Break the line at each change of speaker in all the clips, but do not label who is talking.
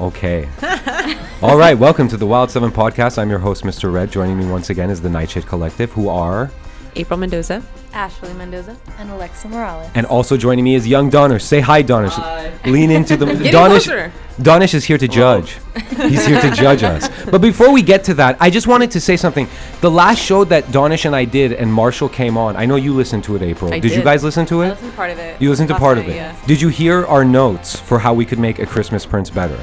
Okay. All right. Welcome to the Wild Seven podcast. I'm your host, Mr. Red. Joining me once again is the Nightshade Collective, who are.
April Mendoza.
Ashley Mendoza.
and Alexa Morales.
And also joining me is young Donish. Say hi, Donish. Lean into the
Getting
Donish.
closer.
Donish is here to judge. He's here to judge us. But before we get to that, I just wanted to say something. The last show that Donish and I did, and Marshall came on. I know you listened to it, April.
I
you
did.
guys listen to
I
it?
listened to part of it.
You listened to
last
part of
night,
it.
yeah.
Did you hear our notes for how we could make a Christmas Prince better?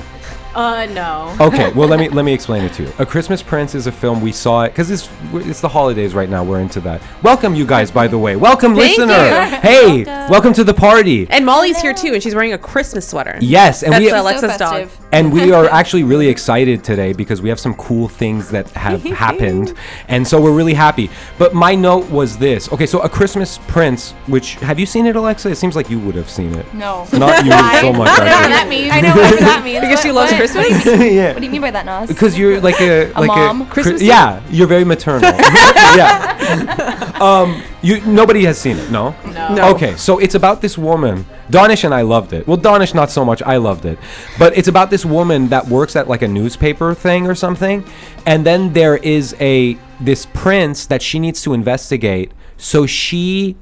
Uh, no.
Okay, well let me let me explain it to you. A Christmas Prince is a film we saw it because it's it's the holidays right now. We're into that. Welcome you guys, by the way. Welcome
Thank
listener.
you.
Hey, welcome. to the party.
And Molly's here too, and she's wearing a Christmas sweater.
yes, and
That's
we
Alexa's dog.
festive.
and we are actually really excited today because we have some cool things that have happened, and so we're really happy. But my note was this. Okay, so a Christmas Prince, which have you seen it, Alexa? It seems like you would have seen it.
no.
Not you so much.
Whatever
actually.
that means.
I know what that means.
Because she
What-
loves
what-
Christmas.
yeah.
What do you mean by that, Nas?
Because you're like a, like
mom?
a cri-
Christmas
yeah, you're very maternal. yeah. Um, you nobody has seen it, no?
No.
No.
Okay, so it's about this woman. Donish and I loved it. Well, Donish not so much. I loved it, but it's about this woman that works at like a newspaper thing or something, and then there is a this prince that she needs to investigate. So she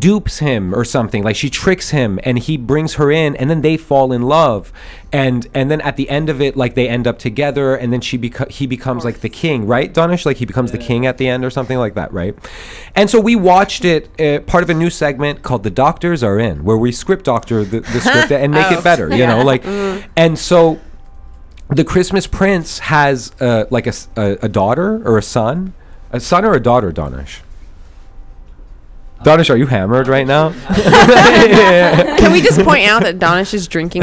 dupes him or something like she tricks him and he brings her in and then they fall in love and and then at the end of it like they end up together and then she beco- he becomes like the king right donish like he becomes the king at the end or something like that right and so we watched it uh, part of a new segment called the doctors are in where we script doctor the, the script and make it better you know like and so the Christmas Prince has uh, like a, s- a- a daughter or a son, a son or a daughter, Donish. Donish, are you hammered right now?
Can we just point out that Donish is drinking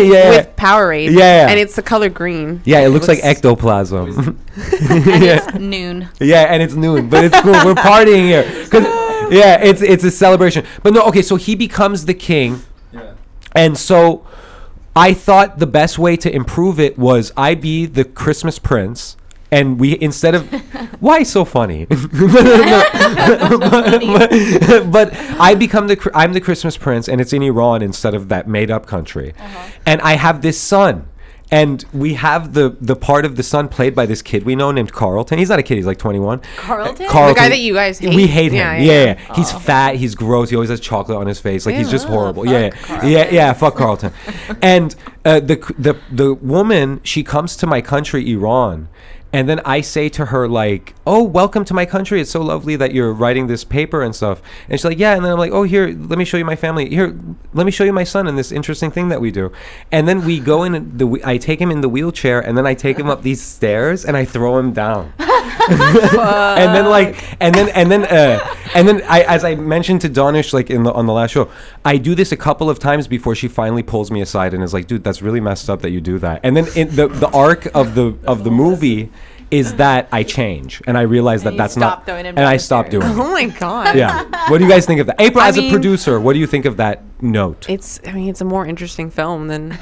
Yeah.
with Powerade?
Yeah.
And it's the color green.
Yeah, it looks like ectoplasm.
it's noon.
yeah, and it's noon, but it's cool. We're partying here. 'Cause- yeah, it's it's a celebration. But no, okay, so he becomes the king. And so I thought the best way to improve it was I be the Christmas prince and we instead of why so funny but, but I become the Chr- I'm the Christmas prince and it's in Iran instead of that made up country and I have this son and we have the the part of the son played by this kid we know named Carlton he's not a kid he's like 21
Carlton? The guy
Carlton
that you guys hate.
we hate him
Yeah,
yeah,
yeah,
yeah, he's fat he's gross he always has chocolate on his face like he's just
Ew.
horrible yeah, yeah, yeah, yeah. Fuck Carlton. and uh, the the the woman she comes to my country, Iran, and then I say to her like, "Oh, welcome to my country. It's so lovely that you're writing this paper and stuff." And she's like, "Yeah." And then I'm like, "Oh, here, let me show you my family. Here, let me show you my son and this interesting thing that we do." And then we go in the whe- I take him in the wheelchair and then I take him up these stairs and I throw him down and then like and then and then uh and then I as I mentioned to Donish like in the on the last show, I do this a couple of times before she finally pulls me aside and is like, dude, that's really messed up that you do that. And then in the the arc of the of the movie is that I change and I realize that
you
that's
stop
not
doing it
and I
downstairs.
stop doing it.
Oh my god.
Yeah. What do you guys think of that? April,
I
as a
mean-
producer, what do you think of that note?
It's I mean it's a more interesting film than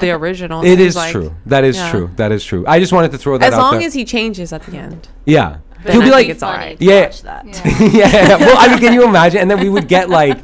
the original.
It
seems
is
like.
true. That is
yeah.
true. That is true. I just wanted to throw that
As
out
long
there.
as he changes at the end.
yeah.
Then
You'll be
I
like
think it's all right.
Yeah.
Watch that.
yeah. Well, I mean, can you imagine? And then we would get like,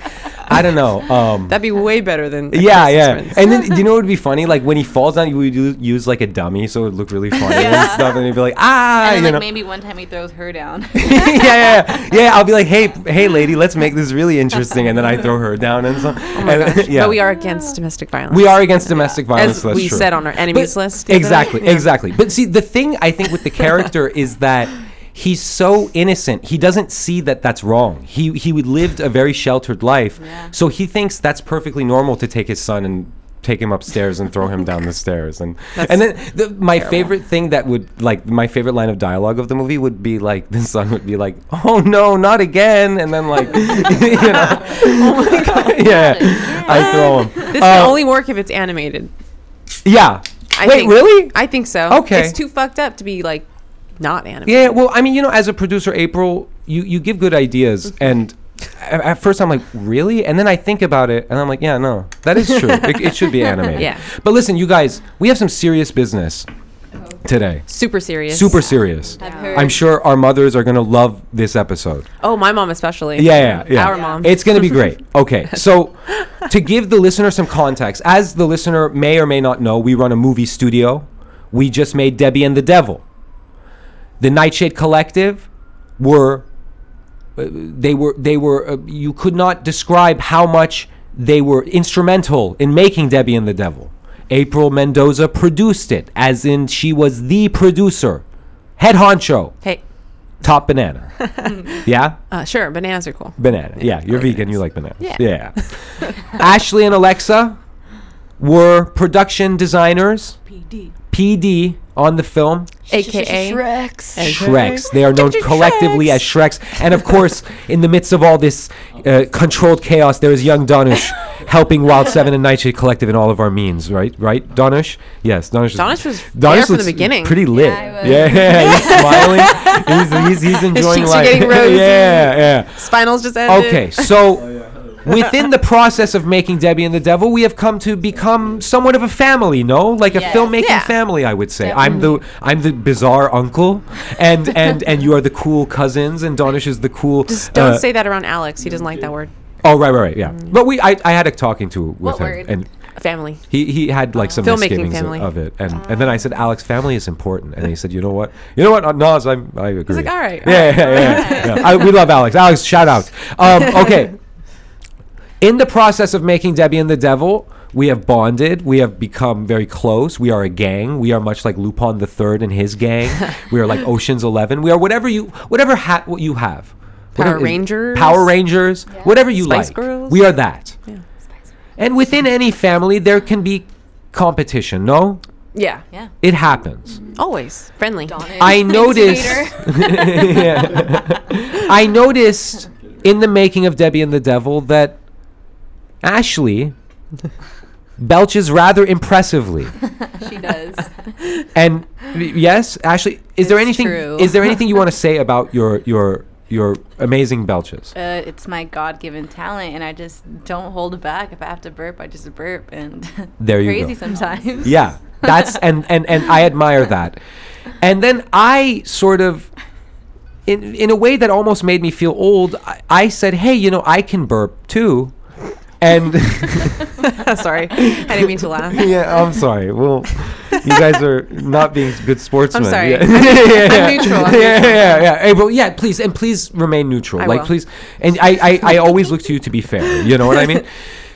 I don't know. Um,
That'd be way better than the
yeah,
Christmas
yeah.
Prince.
And then do you know what would be funny? Like when he falls down, you would u- use like a dummy, so it would look really funny and stuff. And he'd be like, ah,
And then,
you
like,
know.
maybe one time he throws her down.
yeah, yeah, yeah, yeah. I'll be like, hey, hey, lady, let's make this really interesting, and then I throw her down and so. and, uh, yeah.
Oh But we are against domestic violence.
We are against domestic violence.
as
that's
we
true.
said on our enemies list. the other
Exactly,
night. Yeah.
exactly. But see, the thing I think with the character is that he's so innocent. He doesn't see that that's wrong. He he would lived a very sheltered life, so he thinks that's perfectly normal to take his son and take him upstairs and throw him down the stairs and and then the, my favorite thing that would like my favorite line of dialogue of the movie would be like the son would be like oh no not again and then like you know yeah I throw him
Oh
Uh,
This can only work if it's animated.
yeah
I
wait
think-
really
I think so.
Okay.
It's too fucked up to be like not animated.
Yeah, well, I mean, you know, as a producer, April, you, you give good ideas, and a- at first I'm like, really? And then I think about it, and I'm like, yeah, no, that is true. it, it should be animated.
Yeah. Oh.
But listen, you guys, we have some serious business. today.
Super serious.
Super serious.
I've Yeah. heard.
I'm sure our mothers are gonna love this episode.
Oh, my mom especially.
Yeah, yeah, yeah.
Our mom.
It's going to be great. Okay. So, to give the listener some context, as the listener may or may not know, we run a movie studio. We just made Debbie and the Devil. The Nightshade Collective were uh, they were they were uh, you could not describe how much they were instrumental in making Debbie and the Devil. April Mendoza produced it, as in she was the producer, head honcho,
hey,
top banana. yeah?
uh, sure, bananas are cool.
Banana. Yeah, you're vegan. You like bananas.
Yeah.
Yeah. Ashley and Alexa were production designers,
PD.
PD on the film.
AKA.
Shreks.
Okay.
Shreks. They are known collectively as Shreks. And of course, in the midst of all this uh, controlled chaos, there is young Donish helping Wild Seven and Nightshade Collective in all of our means, right? Right? Donish? Yes, Donish. is-
Donish was there from the
looks
beginning.
Pretty lit.
I was.
Yeah, he's smiling. He's, he's, he's enjoying
cheeks are
life.
getting rosy.
yeah, yeah.
Spinals just ended.
Okay, so within the process of making Debbie and the Devil, we have come to become somewhat of a family, no? Like a
Yes.
filmmaking
Yeah.
family, I would say. I'm the I'm the bizarre uncle, and and and you are the cool cousins, and Donish is the cool.
Just don't
uh,
say Mm. that around Alex. He doesn't like that word.
Oh right, right, right, yeah. But we, I, I had a talking to with
What
him,
word?
and
Family.
he, he had like some
Filmmaking
misgivings of-
family. Ah.
of it, and and then I said, Alex, family is important, and he said, you know what, you know what, uh, Nas, I I agree.
like, all right, all
yeah, yeah, yeah, yeah. I, we love Alex. Alex, shout out. Um, okay. In the process of making Debbie and the Devil, we have bonded. We have become very close. We are a gang. We are much like Lupin the Third and his gang. we are like Ocean's Eleven. We are whatever you whatever hat what you have.
Power
Whatever-
Rangers.
Power Rangers. Whatever you
Spice
like.
Girls.
We are that. And within any family, there can be competition. No,
Yeah.
Yeah.
it happens.
Mm-hmm.
Always friendly.
I noticed. Yeah. I noticed in the making of Debbie and the Devil that Ashley belches rather impressively.
She does.
And y- yes, Ashley, is there
It's
anything?
true.
Is there anything you want to say about your your your amazing belches?
Uh, it's my God-given talent, and I just don't hold back. If I have to burp, I just burp, and
There you
crazy
go.
sometimes.
Yeah, that's and and and I admire that. And then I sort of, in in a way that almost made me feel old. I, I said, hey, you know, I can burp too, and
Sorry, I didn't mean to laugh.
yeah, I'm sorry. Well, you guys are not being good sportsmen.
sorry.
Yeah.
I'm-
yeah, yeah.
neutral, I'm
yeah, yeah, yeah, yeah. April, yeah, please, and please remain neutral.
I
like,
will.
please, and I, I, I always look to you to be fair. You know what I mean?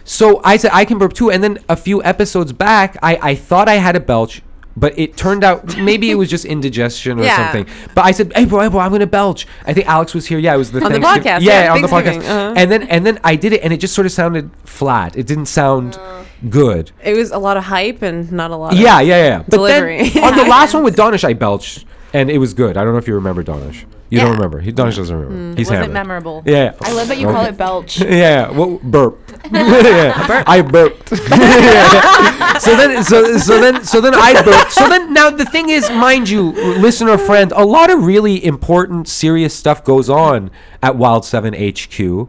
So I said I can burp too, and then a few episodes back, I, I thought I had a belch. But it turned out maybe it was just indigestion or
Yeah.
something. But I said, "April, April, I'm gonna belch." I think Alex was here. Yeah, it was the
On the
Thanksgiving-
podcast,
Yeah,
yeah,
on the podcast.
Thanksgiving, uh-huh.
And then and then I did it, and it just sort of sounded flat. It didn't sound
Oh.
good.
It was a lot of hype and not a lot. Of
Yeah, yeah, yeah. But
Delivery.
then on the last one with Donish, I belched, and it was good. I don't know if you remember Donish. You
Yeah. Mm.
don't remember. He, Donish doesn't remember. He's
wasn't
hammered.
memorable.
Yeah.
I love that you call it belch.
Yeah, yeah. Well, burp. yeah. I burped. Yeah. So then, so, so then, so then I burped. So then, now the thing is, mind you, listener friend, a lot of really important, serious stuff goes on at Wild Seven HQ,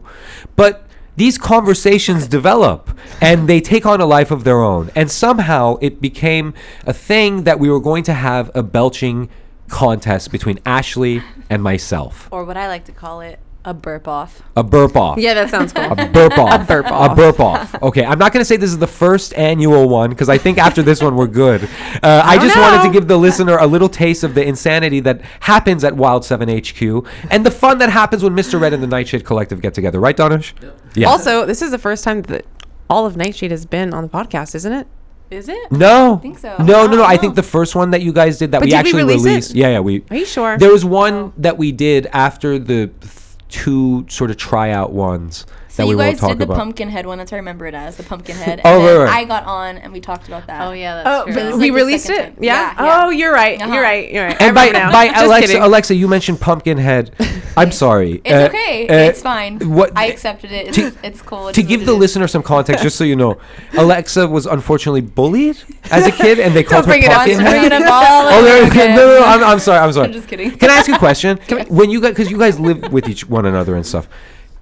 but these conversations develop and they take on a life of their own. And somehow it became a thing that we were going to have a belching contest between Ashley and myself,
Or what I like to call it, a burp off.
a burp off.
yeah, that sounds cool.
A burp off.
burp
A
off.
burp off. Okay, I'm not going to say this is the first annual one because I think after this one we're good. Uh, I
don't
just wanted to
know.
give the listener a little taste of the insanity that happens at Wild 7 HQ and the fun that happens when Mr. Red and the Nightshade Collective get together. Right, Donish? Yeah.
Also, this is the first time that all of Nightshade has been on the podcast, isn't it?
Is it?
no. I
think so.
No, no, no.
Oh,
I
no.
think the first one that you guys did that
But
we
did we
actually
release it?
released. Yeah, yeah. We.
Are you sure?
There was one that we did after the th- two sort of tryout ones
So
that we
you
won't
guys
talk
did the
about.
pumpkin head one. That's what I remember it as, the pumpkin head.
Oh,
and then
right, right.
I got on and we talked about that.
Oh yeah,
oh,
that's
but
true.
This is
we
like the
released
second
it.
time.
Yeah?
Yeah, yeah.
Oh, you're right.
Uh-huh.
You're right. You're
And
right. I
Oh, by,
remember now.
by
Just
Alexa,
kidding.
Alexa, you mentioned Pumpkinhead. I'm sorry.
It's
Uh,
okay.
uh,
it's fine.
What
I accepted it. It's, it's cool. It
to
is
give
what
the
it is.
listener some context, just so you know, Alexa was unfortunately bullied as a kid, and they called her
bring it up,
Pumpkinhead.
bring it up
all
oh, there,
over
okay,
again.
no, no, no, I'm, I'm sorry. I'm sorry.
I'm just kidding.
Can I ask you a question? when you guys, because you guys live with each one another and stuff.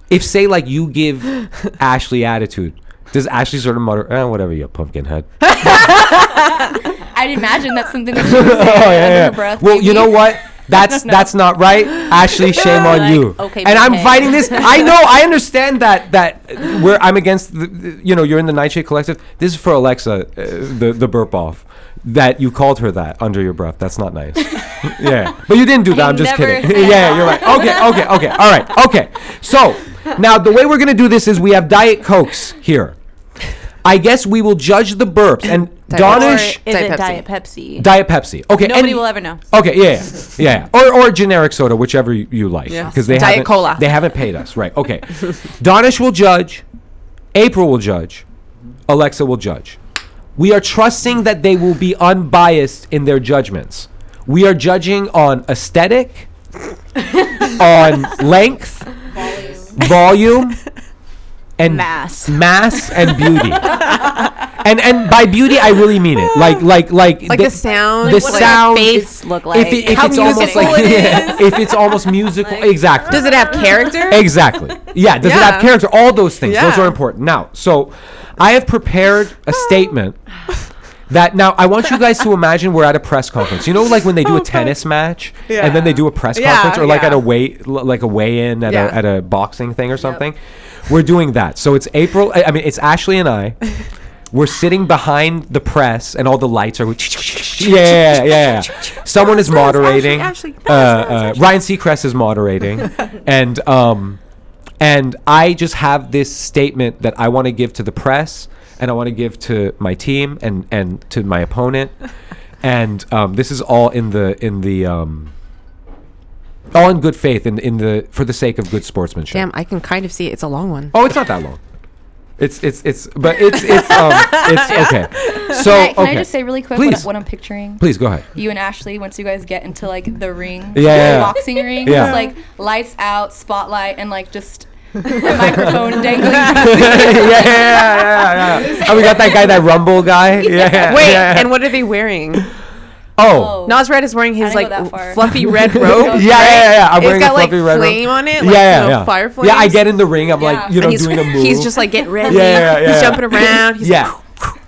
If say like you give Ashley attitude, does Ashley sort of mutter, eh, whatever you pumpkin head?
I'd imagine that's something that she would
oh
say
yeah,
under
yeah.
her breath.
well, you
maybe.
know what? That's
No.
that's not right, Ashley. Shame on
Like,
you.
okay,
and I'm
okay.
fighting this. I know. I understand that that where I'm against. The, the- you know, you're in the Nightshade Collective. This is for Alexa, uh, the the burp off. That you called her that under your breath. That's not nice. yeah, but you didn't do that.
I
I'm just
never
kidding.
said
yeah, you're right. Okay, okay, okay. All right. Okay. So now the way we're gonna do this is we have Diet Cokes here. I guess we will judge the burps and
Diet
Or
Donish
is
Coke. Diet Pepsi.
it Diet Pepsi?
Diet Pepsi. Okay.
Nobody
and-
will ever know.
Okay, yeah, yeah, yeah. or or generic soda, whichever you, you like,
Yeah.
because they
Diet
haven't
Cola.
they haven't paid us, right? Okay, Donish will judge, April will judge, Alexa will judge. We are trusting that they will be unbiased in their judgments. We are judging on aesthetic, on length, volume, and
Mass.
mass and beauty. and and by beauty, I really mean it. Like like like
Like the sound,
the
what does
sound-
the face
look
if, it, if
how
it's almost
musical
like
it
Yeah, if it's almost musical exactly
Does it have character?
exactly yeah does it
Yeah.
have character all those things those
Yeah.
are important now so i have prepared a statement that now i want you guys to imagine we're at a press conference you know like when they do a tennis match and then they do a press
Yeah,
conference or like
yeah.
at a weigh l- like a weigh-in at,
Yeah.
a, at a boxing thing or something we're doing that so it's april i I mean it's ashley and i we're sitting behind the press and all the lights are going yeah, yeah, yeah, yeah, yeah. Someone is moderating.
Ashley,
uh, uh, Ryan Seacrest is moderating, and um, and I just have this statement that I want to give to the press, and I want to give to my team, and and to my opponent, and um, this is all in the in the um, all in good faith, in in the for the sake of good sportsmanship.
Damn, I can kind of see it. It's a long one.
Oh, it's not that long. It's it's it's but it's it's um it's okay. So
Can, I, can
okay.
I just say really quick
Please.
what, what I'm picturing?
Please go ahead.
You and Ashley, once you guys get into like the ring,
Yeah, yeah,
the
yeah.
boxing ring,
Yeah.
just like lights out, spotlight, and like just the microphone dangling.
yeah, yeah, yeah, yeah, yeah. Oh, we got that guy, that Rumble guy. Yeah.
Wait,
yeah.
and what are they wearing?
Oh.
Nas Red is wearing his
I
like
didn't go that far.
fluffy red
Yeah,
robe.
yeah, yeah, yeah. I'm
It's
wearing
got,
a
like,
fluffy red
flame
robe.
on it,
Yeah,
like,
yeah,
you know,
yeah.
fire
Yeah, I
flames.
get in the ring. I'm like,
Yeah.
you know,
And he's,
doing a move.
he's just like getting ready.
Yeah, yeah, yeah,
He's
yeah.
jumping around. He's
yeah.
Like,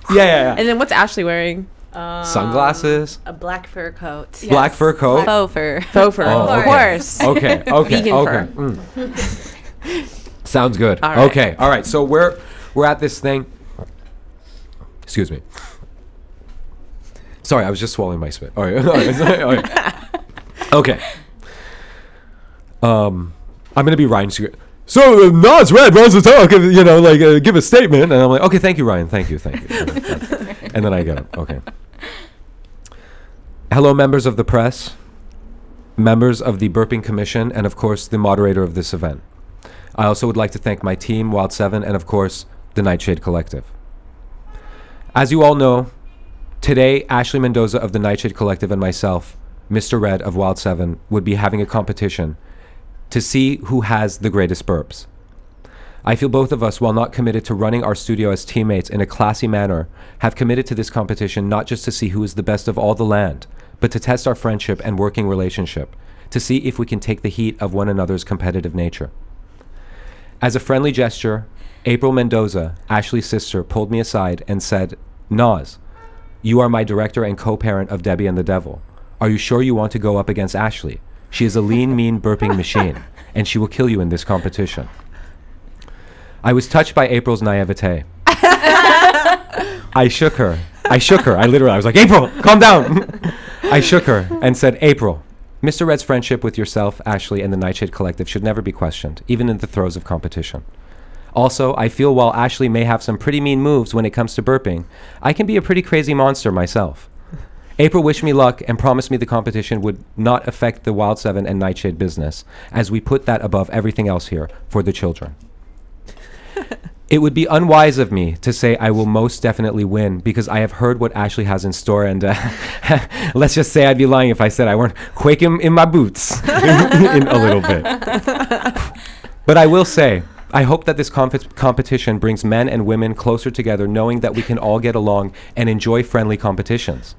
yeah, yeah, yeah.
and then what's Ashley wearing?
Sunglasses,
A black fur coat.
black fur coat.
Faux fur.
Faux fur,
Oh,
of
okay.
course.
Okay, okay,
Vegan
okay.
fur.
mm. Sounds good.
All right.
Okay, all right. So we're we're at this thing. Excuse me. Sorry, I was just swallowing my spit. All right, all right, all right. Okay. Um, I'm gonna be Ryan. Seacrest. So uh, Nas Red runs the talk, and, you know, like uh, give a statement, and I'm like, okay, thank you, Ryan, thank you, thank you. and then I go, okay. Hello, members of the press members of the Burping Commission, and of course, the moderator of this event. I also would like to thank my team, Wild Seven, and of course, the Nightshade Collective. As you all know, today, Ashley Mendoza of the Nightshade Collective and myself, Mr. Red of Wild Seven, would be having a competition to see who has the greatest burps. I feel both of us, while not committed to running our studio as teammates in a classy manner, have committed to this competition not just to see who is the best of all the land, but to test our friendship and working relationship, to see if we can take the heat of one another's competitive nature. As a friendly gesture, April Mendoza, Ashley's sister, pulled me aside and said, Nas, you are my director and co parent of Debbie and the Devil. Are you sure you want to go up against Ashley? She is a lean, mean, burping machine, and she will kill you in this competition. I was touched by April's naivete. I shook her. I shook her. I literally, I was like, April, calm down. I shook her and said, April, Mr. Red's friendship with yourself, Ashley, and the Nightshade Collective should never be questioned, even in the throes of competition. Also, I feel while Ashley may have some pretty mean moves when it comes to burping, I can be a pretty crazy monster myself. April wished me luck and promised me the competition would not affect the Wild Seven and Nightshade business, as we put that above everything else here for the children. It would be unwise of me to say I will most definitely win because I have heard what Ashley has in store, and uh, let's just say I'd be lying if I said I weren't quaking in my boots in a little bit. But I will say, I hope that this conf- competition brings men and women closer together, knowing that we can all get along and enjoy friendly competitions.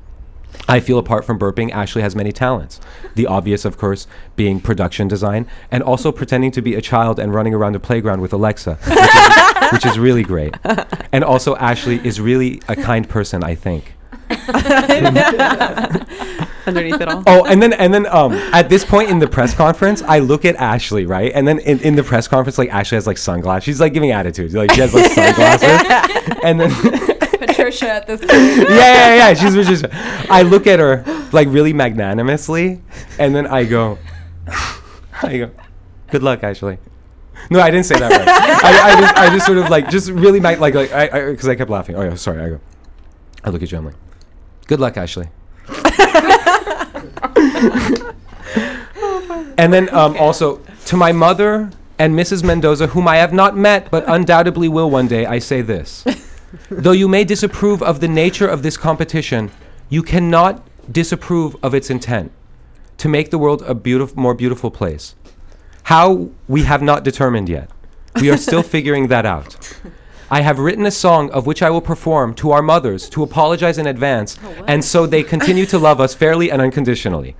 I feel apart from burping, Ashley has many talents. The obvious, of course, being production design and also pretending to be a child and running around a playground with Alexa, which is, which is really great. And also, Ashley is really a kind person, I think.
underneath it all.
Oh, and then and then um at this point in the press conference, I look at Ashley, right? And then in, in the press conference, like Ashley has like sunglasses. She's like giving attitudes. Like she has like sunglasses. and then
Patricia at this point.
yeah, yeah, yeah. She's just I look at her like really magnanimously and then I go I go, Good luck, Ashley. No, I didn't say that right. I, I just I just sort of like just really mag- like like I because I, kept laughing. Oh yeah, sorry, I go. I look at you, I'm like, Good luck, Ashley. And then um, also to my mother and Mrs. Mendoza, whom I have not met but undoubtedly will one day, I say this. Though you may disapprove of the nature of this competition, you cannot disapprove of its intent to make the world a beautif- more beautiful place. How we have not determined yet. We are still figuring that out. I have written a song of which I will perform to our mothers to apologize in advance,
Oh,
and so they continue to love us fairly and unconditionally.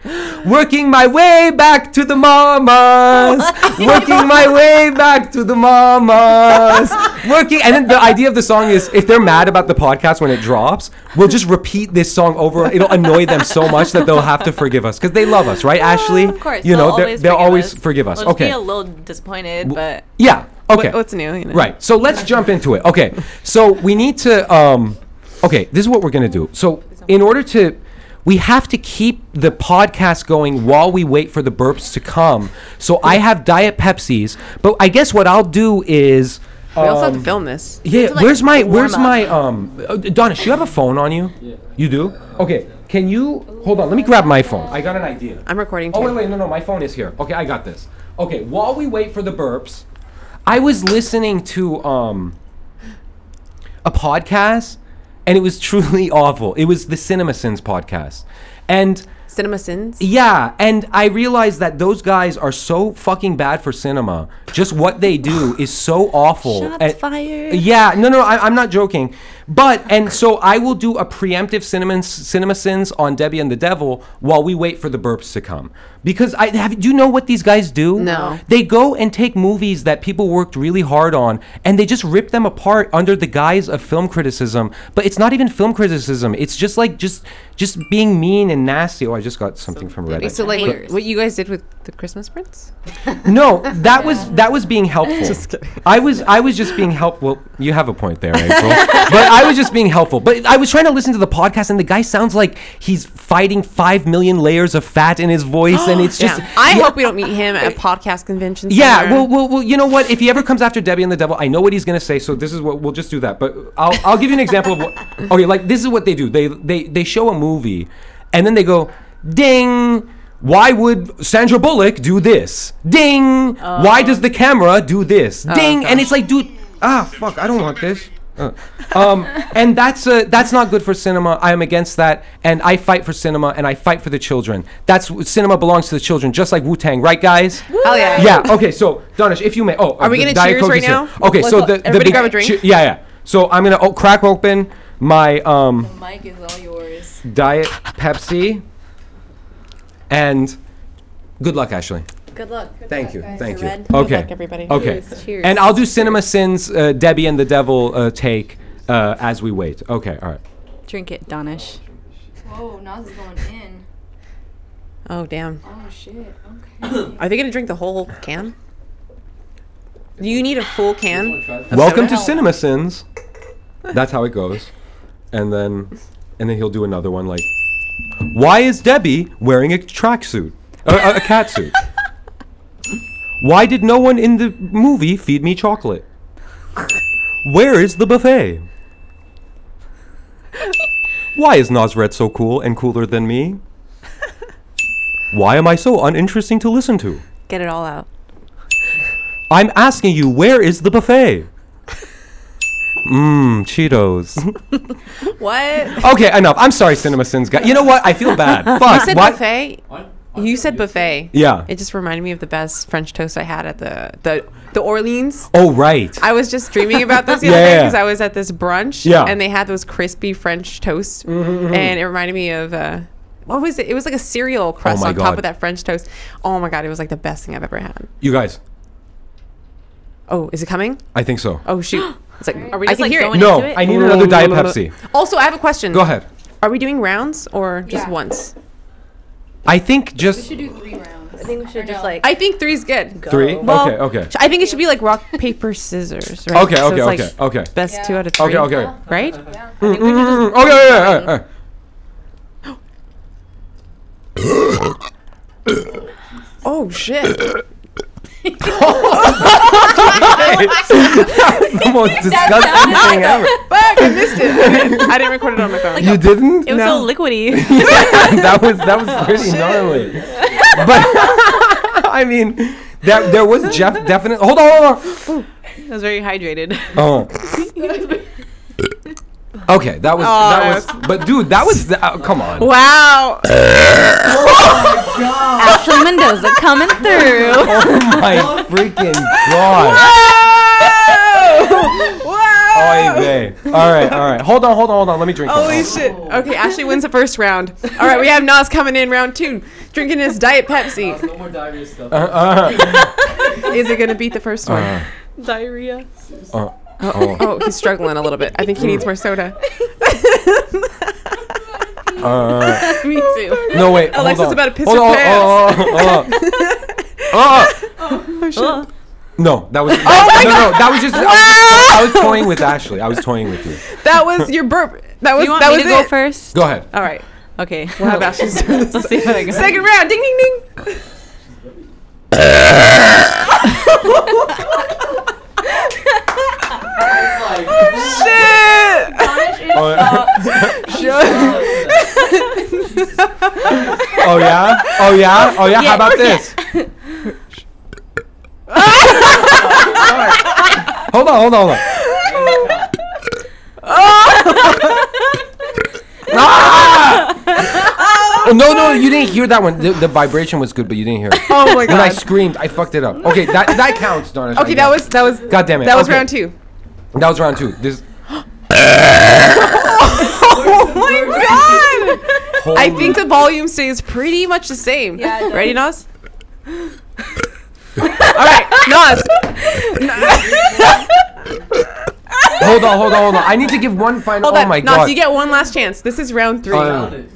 Working my way back to the mamas, working my way back to the mamas, working. And then the idea of the song is if they're mad about the podcast when it drops, we'll just repeat this song over. It'll annoy them so much that they'll have to forgive us because they love us, right, Ashley?
Oh, Of course,
you know
they'll
they're-
always
they'll always forgive
forgive us.
us.
They'll just
okay,
be a little disappointed, but
yeah, okay.
What, what's new? You know?
Right. So let's jump into it. Okay. So we need to. Um, okay. This is what we're gonna do. So in order to, we have to keep the podcast going while we wait for the burps to come. So I have Diet Pepsis, but I guess what I'll do is.
We also have to film this.
Um, Yeah,
to, like,
where's my where's
warm up.
my um uh, Donish, you have a phone on you? Yeah. You do? Okay. Can you hold on, let me grab my phone. I got an idea.
I'm recording too.
Oh wait, wait, no, no, my phone is here. Okay, I got this. Okay, while we wait for the burps, I was listening to um a podcast and it was truly awful. It was the CinemaSins podcast. And
Cinema Sins.
yeah, and I realized that those guys are so fucking bad for cinema. Just what they do is so awful.
Shots
And-
fired.
Yeah, no, no, I, I'm not joking. But and so I will do a preemptive cinema cinema sins on Debbie and the Devil while we wait for the burps to come because I have. Do you know what these guys do?
No.
They go and take movies that people worked really hard on and they just rip them apart under the guise of film criticism. But it's not even film criticism. It's just like just just being mean and nasty. Oh, I just got something from Reddit.
So like what,
Haters.
what you guys did with the Christmas Prince?
No, that was that was being helpful. I was I was just being helpful. Well, you have a point there, April. but I was just being helpful. But I was trying to listen to the podcast, and the guy sounds like he's fighting five million layers of fat in his voice, and it's just.
yeah. I hope we don't meet him at a podcast convention.
Yeah,
somewhere.
well, well, well, you know what? If he ever comes after Debbie and the Devil, I know what he's gonna say. So this is what we'll just do that. But I'll, I'll give you an example of what. Okay, like this is what they do. They they they show a movie, and then they go, ding. Why would Sandra Bullock do this? Ding. Why does the camera do this? Ding. and it's like, dude, ah, fuck, I don't want this. Uh, um, and that's uh, that's not good for cinema. I am against that, and I fight for cinema, and I fight for the children. That's cinema belongs to the children, just like Wu Tang, right, guys?
oh yeah.
yeah. Okay. So, Donish, if you may. Oh, are
we gonna cheers right now?
Okay.
Let's
so
all-
the, the
everybody
big-
grab a drink?
che- yeah, yeah. So I'm gonna oh, crack open my um,
Mike is all yours.
diet Pepsi, and good luck, Ashley.
good luck.
Thank you. Thank you.
Red.
Okay.
luck, everybody.
Okay.
Cheers, cheers.
And I'll do Cinema Sins, uh, Debbie and the Devil uh, take uh, as we wait. Okay. All right.
Drink it, Donish.
Whoa, Nas is going in.
Oh damn.
Oh shit. Okay.
Are they gonna drink the whole can? Do you need a full can?
Welcome to Cinema Sins. That's how it goes. And then and then he'll do another one like Why is Debbie wearing a tracksuit? A, a, a cat suit. Why did no one in the movie feed me chocolate? Where is the buffet? Why is Nosred so cool and cooler than me? Why am I so uninteresting to listen to?
Get it all out.
I'm asking you, where is the buffet? Mmm, Cheetos.
What?
okay, enough. I'm sorry, CinemaSins guy. You know what? I feel bad. Fuck.
You said
why-
buffet. You said buffet.
Yeah.
It just reminded me of the best French toast I had at the the, the Orleans.
Oh, right.
I was just dreaming about this the
Yeah,
other day
yeah,
because
yeah.
I was at this brunch
Yeah. Mm-hmm,
and they had those crispy French toasts, and it reminded me of uh, what was it? It was like a cereal crust
Oh my
on
God.
top of that French toast. Oh my god, it was like the best thing I've ever had.
you guys,
Oh, is it coming?
I think so.
Oh shoot! It's like
Are we
I
just,
can
like,
hear
going
it.
in?
no,
into it?
I need another Diet Pepsi.
Also, I have a question.
Go ahead.
Are we doing rounds or just
Yeah.
once?
I think just
should do three rounds. I
think we should just like
I think three's good.
three.
Well,
okay, okay,
sh- I think it should be like rock, paper, scissors. Right?
okay,
So it's
okay,
like
okay, okay,
Best two
Yeah.
out of three.
okay, okay.
Right?
Mm, mm, mm, mm, Okay, yeah, yeah, yeah.
Oh shit!
the most disgusting thing ever.
Fuck! I missed it. I didn't record it on my phone.
You didn't?
it was so liquidy.
that was that was pretty gnarly. But I mean, that there was Jeff definitely. Hold on, hold on.
I was very hydrated.
Oh. Okay, that was
Oh,
that was. But dude, that was. th- Uh, come on.
Wow.
Ashley Mendoza coming through.
Oh my freaking god. Oy vey. All right, all right. Hold on, hold on, hold on. Let me drink. this.
Holy shit. Okay, Ashley wins the first round. All right, we have Nas coming in round two, drinking his Diet Pepsi.
No more diarrhea stuff.
Uh, uh,
Is it gonna beat the first one?
uh,
Diarrhea.
uh, oh,
Oh, he's struggling a little bit. I think he needs more soda.
uh,
Me too.
no wait. Hold
Alexa's
on.
about to piss
hold
her
on,
pants.
Oh, oh, oh, oh. Oh. No, that
Oh
was. no, no, no, that was just. I was, I was toying with Ashley. I was toying with you.
That was your burp. That was
You want
that
me
was
to
it.
go first?
Go ahead.
All right,
Okay.
we'll have Ashley's do this.
Let's see how I go.
Second round. Ding ding ding. Shit.
Oh,
Uh,
oh yeah. Oh yeah. Oh yeah. How about this? hold on. Hold on. Hold on. ah! Oh no no! You didn't hear that one. The, the vibration was good, but you didn't hear it.
Oh my
When I
god.
screamed, I fucked it up. Okay, that that counts, Donna.
Okay, that was that was that
God damn it.
was
Okay,
round two.
That was round two. This.
Oh my god. I think the volume stays pretty much the same.
Yeah, it does.
Ready, Nas? All right, Nas.
Hold on, hold on, hold on. I need to give one final.
Hold
oh
on,
my
Nas.
god.
You get one last chance. This is round three.
Oh,
Found it.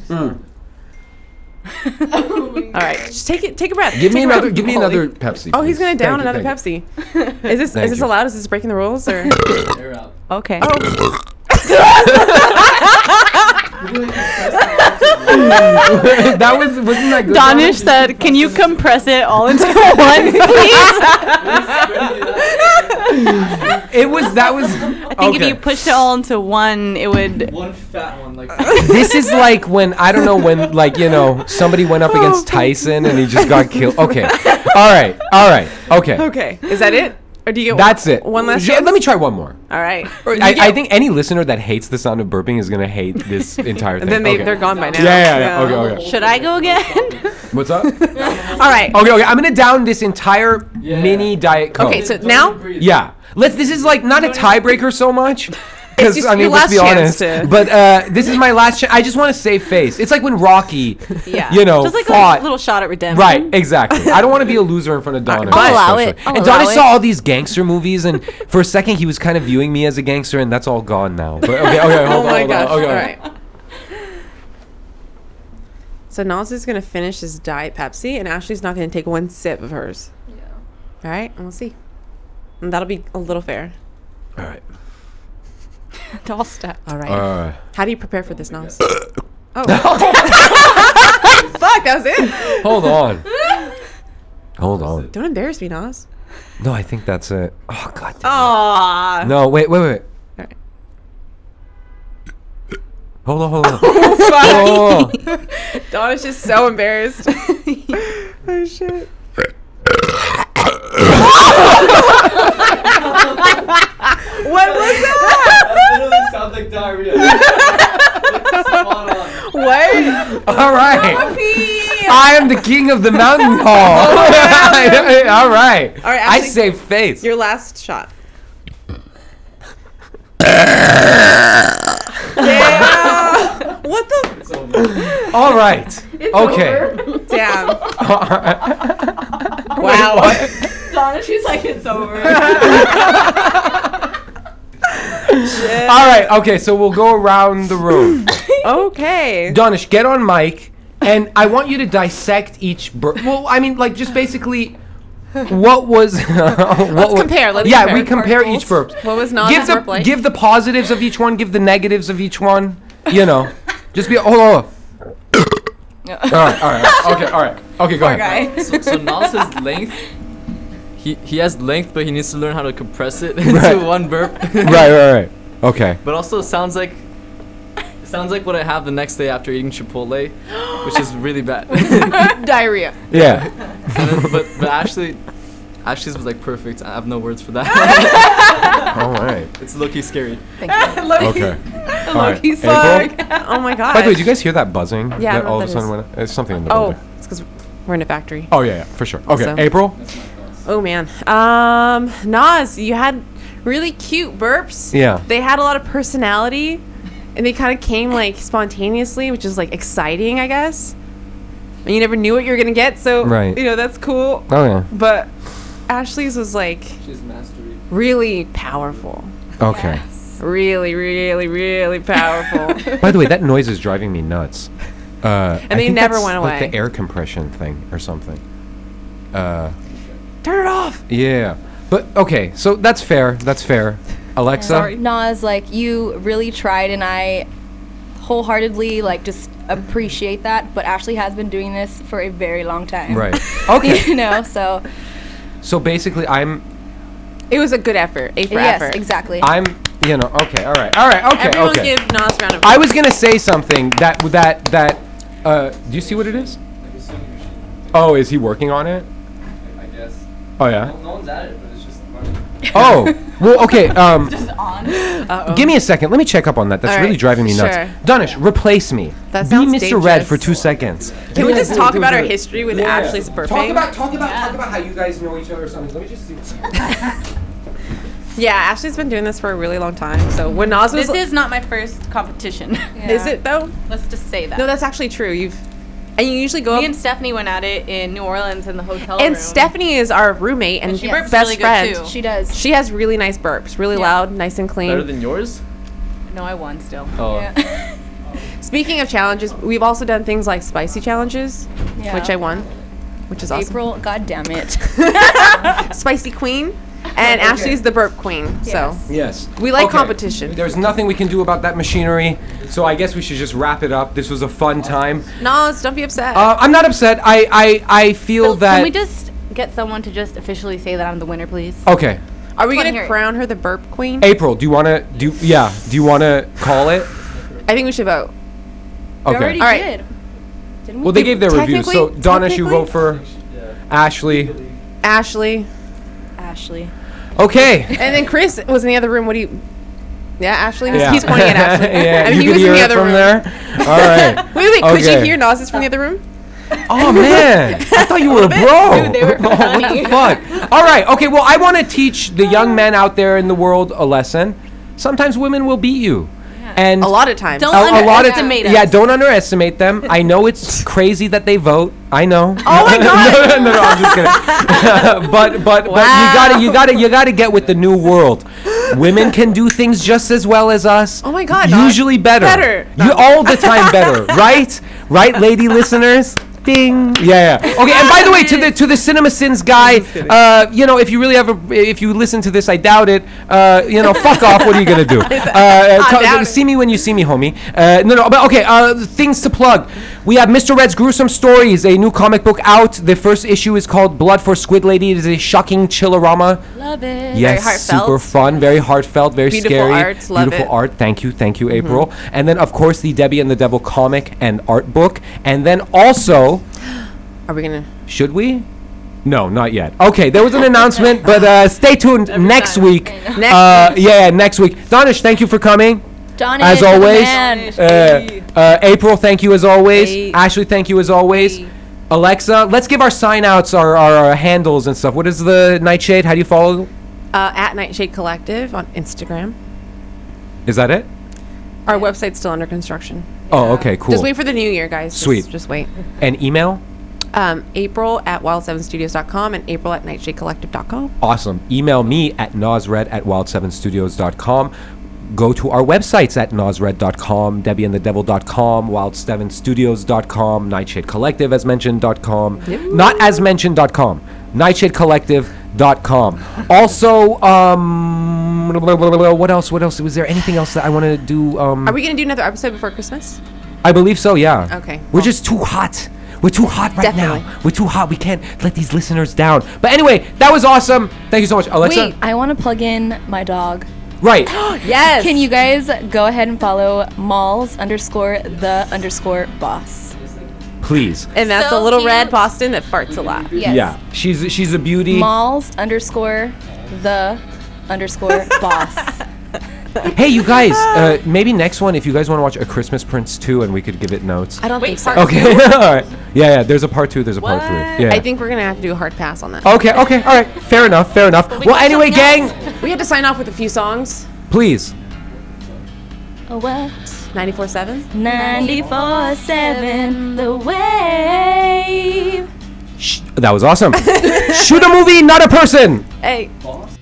All right, just take it. Take a breath.
Give me
Take a breath.
another. Give me another Pepsi.
Oh, he's
please.
gonna down
Thank you,
another
thank you.
Pepsi. Is this
Thank
is this
you.
allowed? Is this breaking the rules or? Oh,
Air out.
Okay.
that was wasn't that good?
Donish said, "Can you compress it all into one, please?
Donna? It was. That was.
I think if you pushed it all into one, it would."
One fat one, like
this is like when I don't know when like you know somebody went up
Oh,
against Tyson and he just got killed. Okay. All right. All right. Okay.
Okay, is that it? Or do you get
That's it.
One last
Ju-
chance. Uh,
Let me try one more.
All right.
I, I think any listener that hates the sound of burping is gonna hate this entire thing.
then they
okay.
they're gone by now.
Yeah, yeah, yeah. Okay, okay.
Should I go again?
What's up? okay,
All right.
okay. I'm gonna down this entire
Yeah.
mini diet coke.
Okay, so now
Yeah. Let's. This is like not a tiebreaker so much.
It's
Because
just
I mean,
your
let's be
last
honest.
chance to-
But uh, this is my last chance. I just want to save face. It's like when Rocky,
yeah.
you know,
just like
fought.
a little shot at redemption.
Right, exactly. I don't want to be a loser in front of Donna.
I'll allow
especially.
it. I'll
and
allow
Donna
it.
saw all these gangster movies, and for a second he was kind of viewing me as a gangster, and that's all gone now. But okay, okay,
Oh
hold on,
my
hold
gosh.
on, okay.
All right. So Nas is gonna finish his diet Pepsi, and Ashley's not gonna take one sip of hers. All right, and we'll see. And that'll be a little fair.
All right.
All step. All right.
Uh,
How do you prepare for this, Nas? Oh. Fuck, that was it.
hold on. Hold on.
Don't embarrass me, Nas.
No, I think that's it. Oh god. damn it.
Aww.
No, wait, wait, wait.
All right.
Hold on, hold on. oh.
Donna's just so embarrassed. oh shit. what was that?
That literally sounds like diarrhea. Spot on.
What?
All right. I am the king of the mountain hall.
Oh,
All right. All
right,
I
Ashley,
save face.
Your last shot. Damn. What the?
It's over.
All right. okay.
Damn.
Wait,
Wow.
what?
Donna, she's like, it's over.
All right. Okay. So we'll go around the room.
Okay.
Donish, get on mic, and I want you to dissect each. Bur- well, I mean, like just basically, what was? what
Let's
was-
compare, let's
yeah,
compare.
we compare each
Articles.
burp.
What was not
give
a
the
burp like?
give the positives of each one, give the negatives of each one. You know, just be hold on. all right, all right, okay, all right, okay, go ahead.
guy.
So, so Nas has length. He, he has length, but he needs to learn how to compress it
Right.
into one burp.
Right, right, right. Okay.
But also sounds like sounds like what I have the next day after eating Chipotle, which is really bad.
Diarrhea.
Yeah.
And then- but but Ashley, Ashley's was like perfect. I have no words for that.
All right.
it's low key scary.
Okay. All right.
He's
April?
like, oh my god.
By the way, did you guys hear that buzzing?
Yeah, I
That
don't know
all
what
of a
that
sudden
is.
went. It's something in the
oh,
building.
it's because we're in a factory.
Oh yeah, yeah, for sure. Okay,
So-
April.
Oh man. Um, Nas, you had really cute burps.
Yeah.
They had a lot of personality, and they kind of came like spontaneously, which is like exciting, I guess. And you never knew what you were gonna get, so
Right.
you know that's cool.
Oh yeah.
But Ashley's was like
She's mastery.
really powerful.
Okay.
Really, really, really powerful.
By the way, that noise is driving me nuts. Uh,
And they
think
never
that's
went
Like
away.
the air compression thing or something. Uh,
Turn it off.
yeah, but okay, so that's fair. That's fair. Alexa,
Nas, like you really tried, and I wholeheartedly like just appreciate that. But Ashley has been doing this for a very long time.
right? Okay,
you know, so
so basically, I'm,
It was a good effort. A for
yes,
effort.
exactly.
I'm, you know, okay, all right, all right, okay,
Everyone
okay.
give Nas a round of
I was gonna say something that that that. Uh, do you see what it is?
Like a sewing machine,
Oh, is he working on it?
I guess.
Oh yeah.
no one's at it, but it's just running.
Oh, well, okay. Um,
Uh-oh.
Give me a second. Let me check up on that. That's
All
really
right,
driving me nuts.
sure.
Donish, replace me.
That
Be
sounds
Mr. Red
dangerous.
for two seconds.
Can we just talk about our history with Ashley's burping?
talk about talk about how you guys know each other or something. Let me just see.
yeah, Ashley's been doing this for a really long time. So when Nas was,
This is not my first competition.
is it though?
Let's just say that.
No, that's actually true. You've and you usually go
Me
up.
and Stephanie went at it in New Orleans in the hotel room.
and Stephanie is our roommate and
she
best
burps really good,
friend.
too.
She does.
She has really nice burps, really
Yeah.
loud, nice and clean.
Better than yours?
No, I won still.
Oh.
yeah.
Speaking of challenges, we've also done things like spicy challenges,
Yeah.
which I won, which is awesome.
April, god damn it.
Spicy queen, and Ashley's the burp queen. So
Yes.
We like competition.
There's nothing we can do about that machinery, so I guess we should just wrap it up. This was a fun time.
Nas, don't be upset.
Uh, I'm not upset. I I, I feel
So
that.
Can we just get someone to just officially say that I'm the winner, please?
okay.
Are we
wanna
gonna
hear it.
crown her the burp queen?
April, do you want to do? Yeah. Do you want to call it?
I think we should vote.
We
Okay.
already
All right.
did. Didn't we?
Well, they gave their review. So
Technically-
Donish, you vote
technically-
for Ashley.
Ashley.
Ashley.
Okay.
And then Chris was in the other room. What do you? Yeah, Ashley. He's,
Yeah.
he's pointing at Ashley.
yeah,
I
you
mean, he
could
was
hear
in the
it
other
from
room.
there. All right.
Wait, wait. Could you
Okay.
hear Nas's from the other room?
Oh man, I thought you were a bro.
Dude, they were
oh, what the
funny. Uh-huh.
fuck? All right. Okay. Well, I want to teach the young men out there in the world a lesson. Sometimes women will beat you, and
A lot of times.
Don't-
a, a lot of
underestimate
yeah.
us.
Don't underestimate them. I know it's crazy that they vote. I know.
Oh my god.
no, no, no, I'm just kidding. but but but you gotta you gotta you gotta get with the new world. Women can do things just as well as us.
Oh my God, Naj.
Usually better.
Better.
You all the time better, right? Right, lady listeners. Ding. Yeah, yeah. Okay. And by the way, to the to the Cinema Sins guy, uh, you know, if you really have a, if you listen to this, I doubt it. Uh, you know, fuck off. What are you gonna do? Uh, co-
doubt it.
see me when you see me, homie. Uh, no, no, but okay. Uh, things to plug. We have Mr. Red's Gruesome Stories, a new comic book out. The first issue is called Blood for Squid Lady. It is a shocking chillerama.
Love it.
Yes,
heartfelt.
super fun, very heartfelt, very
Beautiful
scary.
art, love
beautiful
it. Mm-hmm.
art. Thank you, thank you, April. And then, of course, the Debbie and the Devil comic and art book. And then also,
Are we gonna?
should we? No, not yet. Okay, there was an announcement, but uh, stay tuned next week.
Next
uh, yeah, next week. Donish, thank you for coming.
Donna
As
is the
always,
man.
Uh, uh, April, thank you as always.
Hey.
Ashley, thank you as always. Alexa, let's give our sign outs, our, our, our handles and stuff. What is the nightshade? How do you follow?
Uh, at Nightshade Collective on Instagram.
Is that it?
Our website's still under construction.
Oh, okay, cool.
Just wait for the new year, guys. Just-
Sweet.
Just, wait.
An email?
Um, April at wild7studios.com and April at nightshadecollective.com.
Awesome. Email me at nosred at wild7studios.com. go to our websites at nosred.com, debbieandthedevil.com, wildstevenstudios.com, Nightshade Collective, as mentioned, dot .com, not as mentioned, dot .com, nightshadecollective.com. Also, um, what else? What else? Was there anything else that I want to do? Um,
Are we gonna do another episode before Christmas?
I believe so, yeah.
Okay,
We're
well-
just too hot. We're too hot right now.
Definitely.
We're too hot. We can't let these listeners down. But anyway, that was awesome. Thank you so much, Alexa.
Wait, I want to plug in my dog.
Right.
Yes.
Can you guys go ahead and follow Malls underscore the underscore boss?
Please.
And that's
So
a little red
cute.
Boston that farts a lot.
Yes.
Yeah. She's she's a beauty.
Malls underscore the underscore boss.
Hey, you guys. Uh, maybe next one, if you guys want to watch A Christmas Prince 2 and we could give it notes.
I don't think
Wait,
so.
part-
Okay. All right. Yeah, yeah. There's a part two. There's a part
What?
three. Yeah.
I think we're gonna have to do a hard pass on that.
Okay. Okay. All right. Fair enough. Fair enough.
we
well,
got
anyway,
something
gang.
else.
We had to sign off with a few songs.
Please.
Oh, what?
94.7.
94 7 The Wave.
That was awesome. Shoot a movie, not a person.
Hey.
Boss?